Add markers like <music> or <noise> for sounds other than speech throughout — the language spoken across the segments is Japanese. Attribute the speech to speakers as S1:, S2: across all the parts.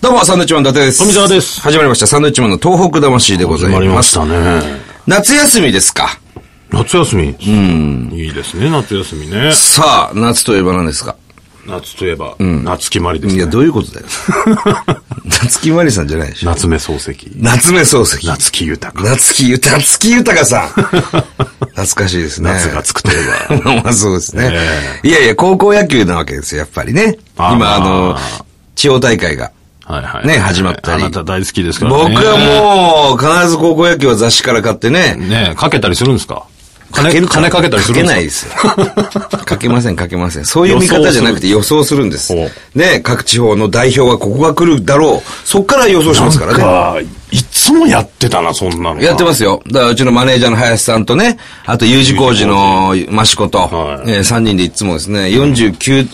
S1: どうも、サンドウィッチマン伊達です。
S2: 富澤です
S1: 始まりました。サンドウィッチマンの東北魂でござい
S2: 始まりま
S1: ま
S2: し
S1: す。
S2: たね。
S1: 夏休みですか
S2: 夏休み。うん。いいですね、夏休みね。
S1: さあ、夏といえば何ですか
S2: 夏といえば、夏決まりです
S1: いや、
S2: ね。
S1: どういうことだよ。夏木マリさんじゃないでしょ。
S2: 夏目漱石。
S1: 夏目漱石。
S2: 夏木豊。
S1: 夏木ゆ、夏木豊
S2: <laughs>
S1: さん。懐かしいですね。
S2: 夏がつくといえば。
S1: <laughs> まあまあそうですね。いやいや、高校野球なわけですよ、やっぱりね。
S2: あー
S1: 今、あの、地方大会が。 <laughs>
S2: はいはい。
S1: ね始まったり
S2: あなた大好きですか
S1: 僕
S2: らね。
S1: はもう、必ず高校野球は雑誌から買ってね。
S2: ねかけたりするんですか金
S1: る
S2: 金かけたりするん
S1: か
S2: で
S1: け
S2: すか
S1: ないですよ。 <laughs> かけません、かけません。そういう見方じゃなくて予想するんです
S2: ほう。
S1: ね、各地方の代表はここが来るだろう。そっから予想しますからね。
S2: なんか、いつもやってたな、そんなの。。
S1: やってますすよ。だからうちのマネージャーの林さんとね、あと U 字工事の益子と、
S2: はい
S1: え3人でいつもですね、49、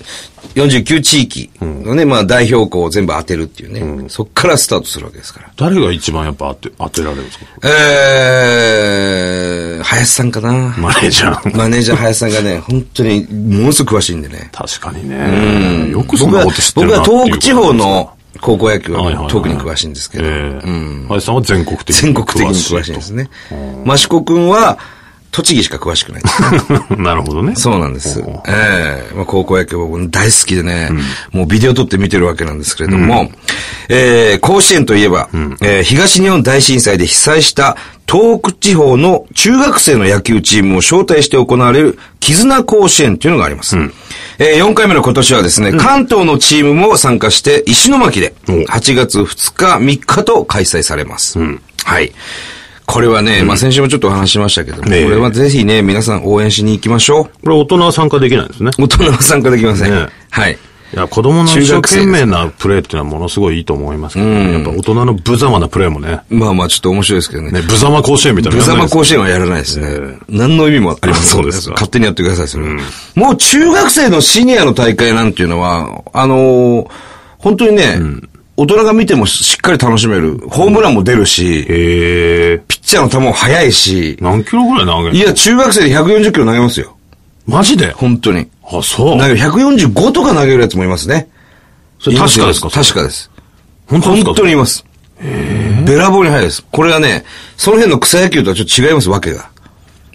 S1: 49地域のね、まあ代表校を全部当てるっていうね、そっからスタートするわけですから。
S2: 誰が一番やっぱ当て、当てられるんですか
S1: えー、林さんかな。
S2: マネージャ
S1: <laughs>
S2: ー。
S1: マネージャー林さんがね、本当にものすごく詳しいんでね。
S2: 確かにね。よくそん
S1: 僕
S2: な
S1: は
S2: こと知っ、てる
S1: 僕は
S2: なっていう
S1: 東北地方の高校野球
S2: はいはいは
S1: はい特に詳しいんですけど、
S2: ええ林さんは全国的に。
S1: 全国的に詳しいんです。ね。益子くんは栃木しか詳しくないですね。
S2: なるほどね。 <laughs>
S1: そうなんです。え
S2: おう
S1: えまあ、高校野球僕大好きでね、もうビデオ撮って見てるわけなんですけれども、ええ甲子園といえば、ええ東日本大震災で被災した東北地方の中学生の野球チームを招待して行われる絆甲子園というのがあります。え4回目の今年はですね、関東のチームも参加して石巻で
S2: お
S1: 8月2日3日と開催されます。はい。これはね、まあ、先週もちょっとお話ししましたけども、
S2: ええ
S1: これはぜひね、皆さん応援しに行きましょう。
S2: これ大人は参加できないんですね。
S1: 大人は参加できません。
S2: ね
S1: はい。
S2: いや、子供の一生懸命なプレーっていうのはものすごいいいと思いますけどね、やっぱ大人の無様なプレーもね、
S1: まあまあ、ちょっと面白いですけどね。
S2: ね、無様甲子園みたいな
S1: 無
S2: のやん
S1: 様
S2: ないですか。
S1: 甲子園はやらないですね。何の意味もありません、
S2: そうですか
S1: 勝手にやってください、それはもう中学生のシニアの大会なんていうのは、あのー本当にね、大人が見てもしっかり楽しめる。ホームランも出るし、ピッ
S2: へえ。
S1: チャーの球も速いし、
S2: 何キロぐらい投げる
S1: いや、中学生で140キロ投げますよ。
S2: マジで
S1: 本当に。
S2: あ、そう
S1: 投。げ145とか投げるやつもいますね。
S2: それ確かですか
S1: 確かです。
S2: 本当ですか
S1: 本当にいます。べらぼうに早いです。これがね、その辺の草野球とはちょっと違います、わけが。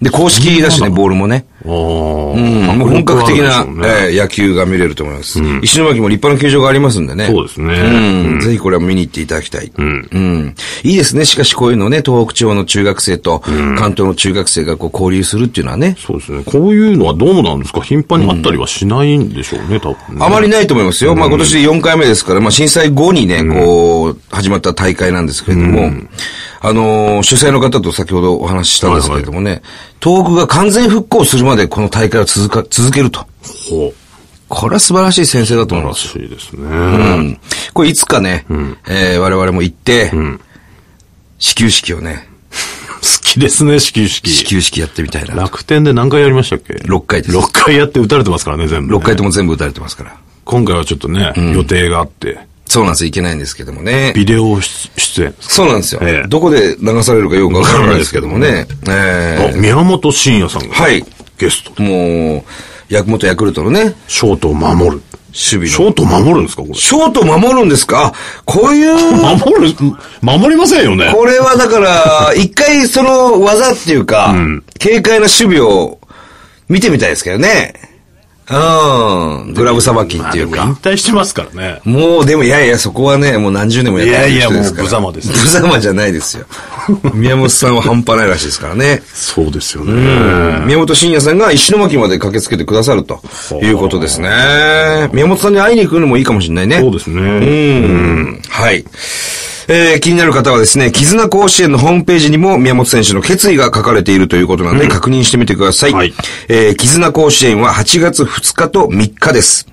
S1: で、公式だしね、ボールもね。
S2: あー
S1: うん、
S2: 迫
S1: もう本
S2: 力
S1: 格
S2: ある
S1: 的
S2: でし
S1: な
S2: ょうね、
S1: えー野球が見れると思います。石巻も立派な球場がありますんでね。
S2: そうですね
S1: うん。ぜひこれは見に行っていただきたい。うん。いいですね。しかしこういうのね、東北地方の中学生と関東の中学生がこう交流するっていうのはね、
S2: そうですね。こういうのはどうなんですか頻繁にあったりはしないんでしょうね、多分ね。
S1: あまりないと思いますよ。まあ今年で4回目ですから、まあ震災後にね、こう、始まった大会なんですけれども、あのー主催の方と先ほどお話ししたんですけれどもね、東北が完全復興するまでこの大会を続か、続けると。
S2: ほう。
S1: これは素晴らしい先生だと思い
S2: ら
S1: ます。
S2: しいですね。
S1: うん。これいつかね、えー我々も行って、始球式をね、
S2: <laughs> 好きですね、始球
S1: 始
S2: 式。
S1: 球式やってみたいな。
S2: 楽天で何回やりましたっけ
S1: 6回です。
S2: 6回やって打たれてますからね、全部ね。
S1: 6回とも全部打たれてますから。
S2: 今回はちょっとね、予定があって、
S1: そうなんです。いけないんですけどもね。
S2: ビデオ出出演ですか。
S1: そうなんですよ。
S2: ええ
S1: どこで流されるかよくわからないですけどもね。え
S2: あ宮本慎也さんが、
S1: はい
S2: ゲスト。
S1: えもう、や元ヤクルトのね、
S2: ショートを守る。
S1: 守備
S2: シ
S1: の。
S2: ョートを守るんですか、これ。
S1: ショート守るんですかあこういう、
S2: 守る、守りませんよね。
S1: これはだから、一回その技っていうか、軽快な守備を見てみたいですけどね。うん。グラブさばきっていう
S2: まあ
S1: か。
S2: でも引退してますからね。
S1: もう、でも、いやいや、そこはね、もう何十年もやってる人ですから。
S2: いやいやもう無様ですね
S1: 無様じゃないですよ。宮本さんは半端ないらしいですからね。
S2: そうですよね。
S1: 宮本慎也さんが石巻まで駆けつけてくださるということですね。宮本さんに会いに行くのもいいかもしれないね。
S2: そうですね。
S1: うん。はい。えー、気になる方はですね、絆甲子園のホームページにも宮本選手の決意が書かれているということなので、確認してみてください。
S2: はい
S1: えー、絆甲子園は8月2日と3日です。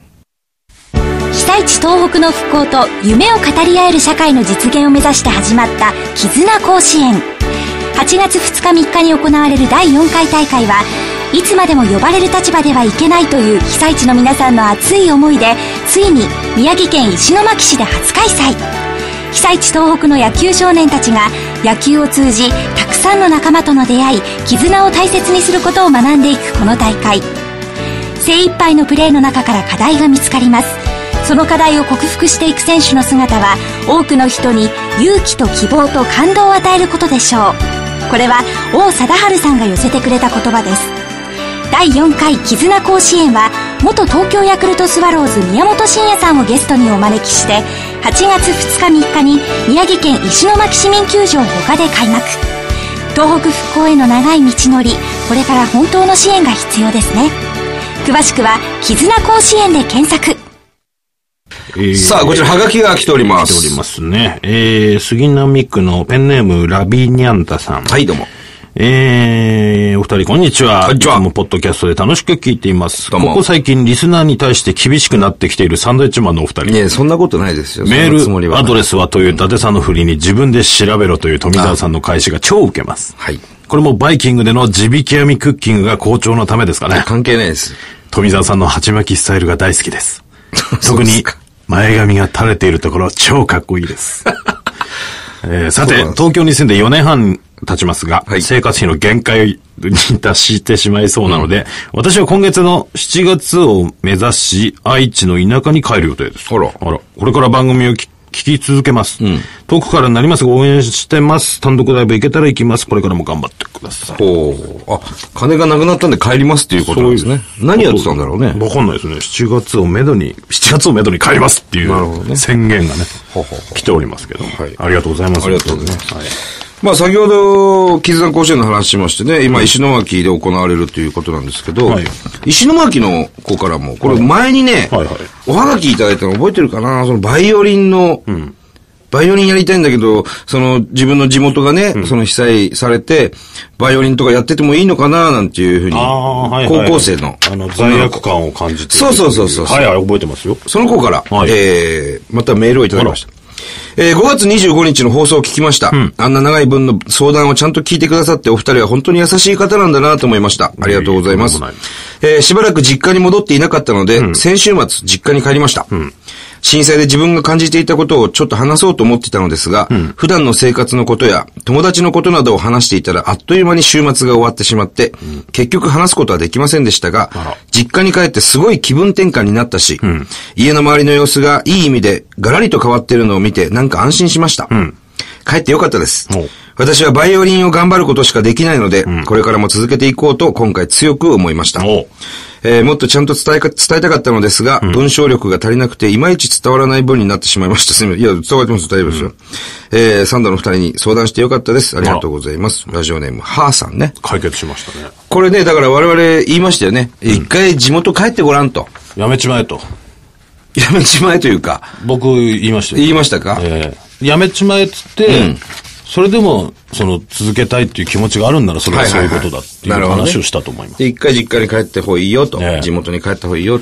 S3: 被災地東北の復興と夢を語り合える社会の実現を目指して始まった絆甲子園8月2日3日に行われる第4回大会はいつまでも呼ばれる立場ではいけないという被災地の皆さんの熱い思いでついに宮城県石巻市で初開催被災地東北の野球少年たちが野球を通じたくさんの仲間との出会い絆を大切にすることを学んでいくこの大会精一杯のプレーの中から課題が見つかりますその課題を克服していく選手の姿は多くの人に勇気と希望と感動を与えることでしょうこれは王貞治さんが寄せてくれた言葉です第4回絆甲子園は元東京ヤクルトスワローズ宮本慎也さんをゲストにお招きして8月2日3日に宮城県石巻市民球場他で開幕東北復興への長い道のりこれから本当の支援が必要ですね詳しくは「絆甲子園」で検索
S2: えー
S1: さあ、こちら、はがきが来ておりま
S2: 来て
S1: す。
S2: おりますね。えー、杉並区のペンネーム、ラビニャンタさん。
S1: はい、どうも。
S2: えー、お二人こんにちは。
S1: こんにちはい
S2: つもポッドキャストで楽しく聞いています。
S1: ど
S2: こ
S1: うも
S2: こ最近リスナーに対して厳しくなってきているサンドイッチマンのお二人。
S1: いや、そんなことないですよ。
S2: メ
S1: そんなつも
S2: ー
S1: り
S2: ル、
S1: は
S2: ア
S1: ない
S2: ドレスはという伊達さんの振りに自分で調べろという富澤さんの返しが超受けます。
S1: はい。
S2: これもバイキングでの地引き網クッキングが好調のためですかね。
S1: 関係ないです。
S2: 富澤さんの鉢巻きスタイルが大好きです。
S1: <laughs> そう
S2: <laughs> <laughs> 特
S1: です
S2: に
S1: か
S2: 前髪が垂れているところ超かっこい
S1: <laughs>
S2: いです。えーさて、
S1: そうなんです
S2: 東京に住んで4年半経ちますが、
S1: はい
S2: 生活費の限界に達してしまいそうなので、私は今月の7月を目指し、愛知の田舎に帰る予定です。
S1: あら
S2: あら、これから番組をき聞き続けます、遠くからになりますが応援してます。単独ライブ行けたら行きます。これからも頑張ってください。
S1: ほう。あ、金がなくなったんで帰りますっていうことなんですね。何やってたんだろうね。
S2: わかんないですね。7月をめどに、7月をめどに帰りますってい
S1: なるほどね
S2: う宣言がね、
S1: ほうほうほう
S2: 来ておりますけど、
S1: はい
S2: ありがとうございます。
S1: ありがとうございます
S2: はい
S1: まあ先ほど、絆甲子園の話しましてね、今石巻で行われるということなんですけど、
S2: はい
S1: 石巻の子からも、これ前にね、
S2: はいはい
S1: おはがきいただいたの覚えてるかなそのバイオリンの、バイオリンやりたいんだけど、その自分の地元がね、その被災されて、バイオリンとかやっててもいいのかななんていうふうに、
S2: ああ、はい、
S1: 高校生の
S2: あの、罪悪感を感じて。
S1: そうそうそうそう
S2: はいはい、覚えてますよ。
S1: その子から、
S2: はい
S1: えー、またメールをいただきました。えー、5月25日の放送を聞きました、あんな長い分の相談をちゃんと聞いてくださってお二人は本当に優しい方なんだなと思いました。ありがとうございます
S2: とんでもない。
S1: えー、しばらく実家に戻っていなかったので、先週末実家に帰りました、震災で自分が感じていたことをちょっと話そうと思っていたのですが、普段の生活のことや友達のことなどを話していたらあっという間に週末が終わってしまって、結局話すことはできませんでしたが
S2: ら、
S1: 実家に帰ってすごい気分転換になったし、家の周りの様子がいい意味でガラリと変わってるのを見てなんか安心しました。帰ってよかったです
S2: お。
S1: 私はバイオリンを頑張ることしかできないので、これからも続けていこうと今回強く思いました。
S2: おう
S1: えーもっとちゃんと伝えか、伝えたかったのですが、文章力が足りなくて、いまいち伝わらない文になってしまいました。すみません。いや、伝わってます。大丈夫ですよ。えーサンドの二人に相談してよかったです。ありがとうございます。ラジオネーム、はーさんね。
S2: 解決しましたね。
S1: これね、だから我々言いましたよね。一回地元帰ってごらんと。
S2: やめちまえと。
S1: やめちまえというか、
S2: 僕、言いましたよ。
S1: 言いましたか
S2: ええやめちまえっつって、それでも、その、続けたいっていう気持ちがあるんなら、それはそういうことだっていう
S1: はいはいはいなるほどね
S2: 話をしたと思います。
S1: で、一回実家に帰った方がいいよと。
S2: ええ
S1: 地元に帰った方がいいよ。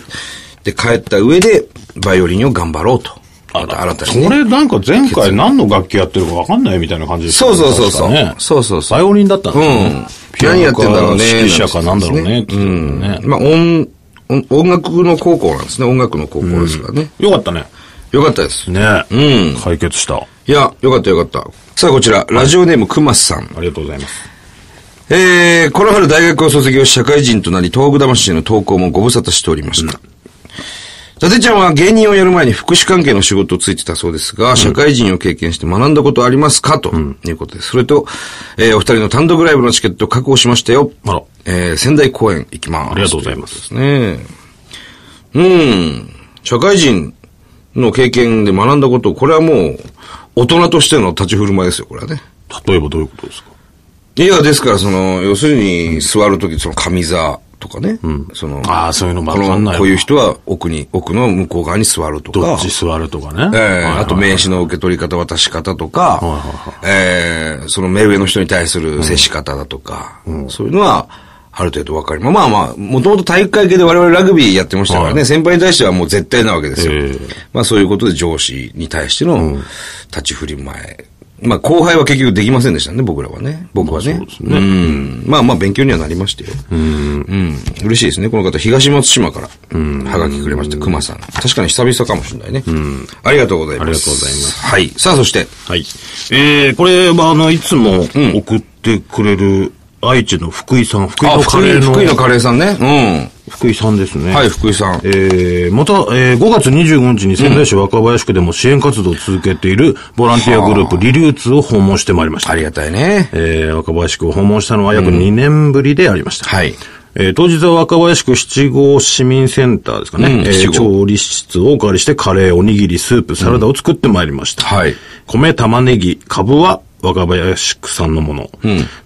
S1: で、帰った上で、バイオリンを頑張ろうと。また新たにね、
S2: それなんか前回何の楽器やってるか分かんないみたいな感じでしたね
S1: そうそうそうそう
S2: 確かね
S1: そうそうそう
S2: バイオリンだったんですね
S1: うん何やってんだろうね
S2: ピアノか指揮者かなんだろうねって言ってたもんね
S1: まあ、音、音音楽の高校なんですね。音楽の高校ですからね。
S2: よかったね。
S1: よかったです。
S2: ねうん。解決した。あ
S1: いや、よかったよかった。さあ、こちら、ラジオネーム、くますさん。
S2: りがとうございます。
S1: えー、この春大学を卒業し社会人となり、東北魂の投稿もご無沙汰しておりました。伊達ちゃんは芸人をやる前に福祉関係の仕事をついてたそうですが、社会人を経験して学んだことはありますかということです。それと、えーお二人の単独ライブのチケット確保しましたよ。
S2: あら
S1: えー仙台公演行きます。
S2: ありがとうございます。
S1: ねえ。うん。社会人の経験で学んだこと、これはもう、大人としての立ち振る舞いですよ、これはね。
S2: 例えばどういうことですか
S1: いや、ですから、その、要するに、座るとき、その、上座とかね。その、
S2: ああそういうのも
S1: こ
S2: わかんない
S1: の、
S2: わ
S1: こういう人は奥に、奥の向こう側に座るとか。
S2: どっち座るとかね。
S1: え
S2: はい
S1: え
S2: はいはい
S1: あと名刺の受け取り方、渡し方とか、ええその目上の人に対する接し方だとか、そういうのは、ある程度わかります。まあまあ、もともと体育会系で我々ラグビーやってましたからね、
S2: はい
S1: 先輩に対してはもう絶対なわけですよ。
S2: ええ
S1: まあそういうことで上司に対しての立ち振り前。まあ後輩は結局できませんでしたね、僕らはね。僕はね。
S2: まあそうですね
S1: うん。まあまあ勉強にはなりましたよ。うん。嬉しいですね。この方、東松島から、はがきくれました、熊さん。確かに久々かもしれないね。ありがとうございます。。
S2: ありがとうございます
S1: はい。さあ、そして、
S2: はい。えー、これは、あの、いつも送ってくれる、愛知の福井さん、福井
S1: あ、
S2: のカ
S1: 福
S2: レ
S1: 井
S2: ーの。
S1: 福井のカレーさんね。
S2: 福井さんですね。
S1: はい、福井さん。
S2: えー、また、えー、5月25日に仙台市若林区でも支援活動を続けているボランティアグループリリューツを訪問してまいりました。
S1: ありがたいね。
S2: えー、若林区を訪問したのは約2年ぶりでありました。
S1: はい。
S2: えー当日は若林区七号市民センターですかね、
S1: うん
S2: えー
S1: 七号
S2: 調理室をお借りしてカレー、おにぎり、スープ、サラダを作ってまいりました。
S1: はい
S2: 米、玉ねぎ、かぶは若林区産のもの、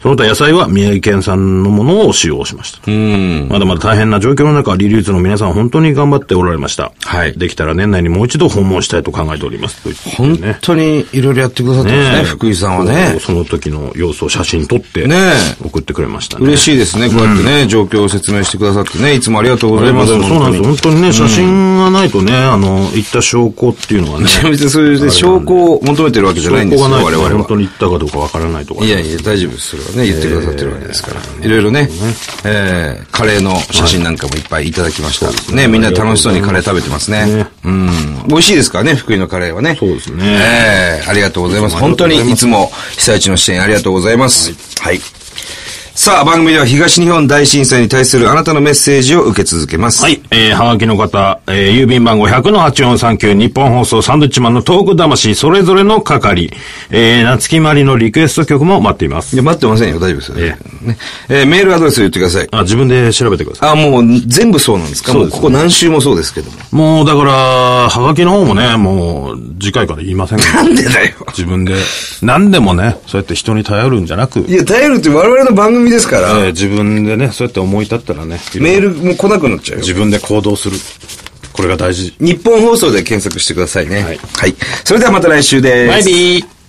S2: その他野菜は宮城県産のものを使用しました。
S1: うん。
S2: まだまだ大変な状況の中、リリースの皆さん本当に頑張っておられました。
S1: はい
S2: できたら年内にもう一度訪問したいと考えております。と言
S1: 本
S2: ってね。
S1: 当にいろいろやってくださってますね、
S2: え
S1: 福井さんはね
S2: こう。その時の様子を写真撮って、
S1: ね
S2: 送ってくれましたね。
S1: 嬉しいですね、こうやってね、状況を説明してくださってね、いつもありがとうご
S2: あ
S1: ざい
S2: れま
S1: ま
S2: あ
S1: す。
S2: でもそうなんですよ。
S1: 本
S2: 本当にね、写真がないとね、あの、行った証拠っていうのはね。
S1: 当に別にそういう証拠を求めてるわけじゃないんですよ、
S2: 証拠
S1: 我
S2: がな
S1: 々
S2: いとね本
S1: は
S2: 当。に行ったかどうかわからないとかね。
S1: いやいや、大丈夫です。それはね、言ってくださってるわけですから。いろいろね、えー、カレーの写真なんかもいっぱいいただきました。ね、みんな楽しそうにカレー食べてますね
S2: ね。
S1: うん。美味しいですからね、福井のカレーはね。
S2: そうですね
S1: ええ、ありがとうございます。本当にいつも被災地の支援ありがとうございます。はい。さあ、番組では東日本大震災に対するあなたのメッセージを受け続けます。
S2: はい。えー、はがきの方、えー、郵便番号100-8439、日本放送サンドイッチマンのトーク魂、それぞれの係、えー、夏木まりのリクエスト曲も待っていま
S1: い
S2: す
S1: や、。待ってませんよ。大丈夫ですよ。
S2: え
S1: ねえーメールアドレス言ってください。
S2: あ、自分で調べてくださ
S1: あ、もう全部そうなんですか
S2: そう
S1: もう
S2: です
S1: ここ何週もそうですけども。
S2: い。もう、だから、はがきの方もね、もう、次回から言いません
S1: <laughs>
S2: けど
S1: なんでだよ。
S2: 自分で、何でもね、そうやって人に頼るんじゃなく
S1: い、や、頼るって我々の番組ですから、
S2: えー自分でね、そうやって思い立ったらね、いろい
S1: メ
S2: ろ
S1: ールも来なくなっちゃうよ。
S2: 自分で行動する。これが大事。
S1: 日本放送で検索してくださいね。は
S2: はいい。
S1: それではまた来週です。
S2: バイビー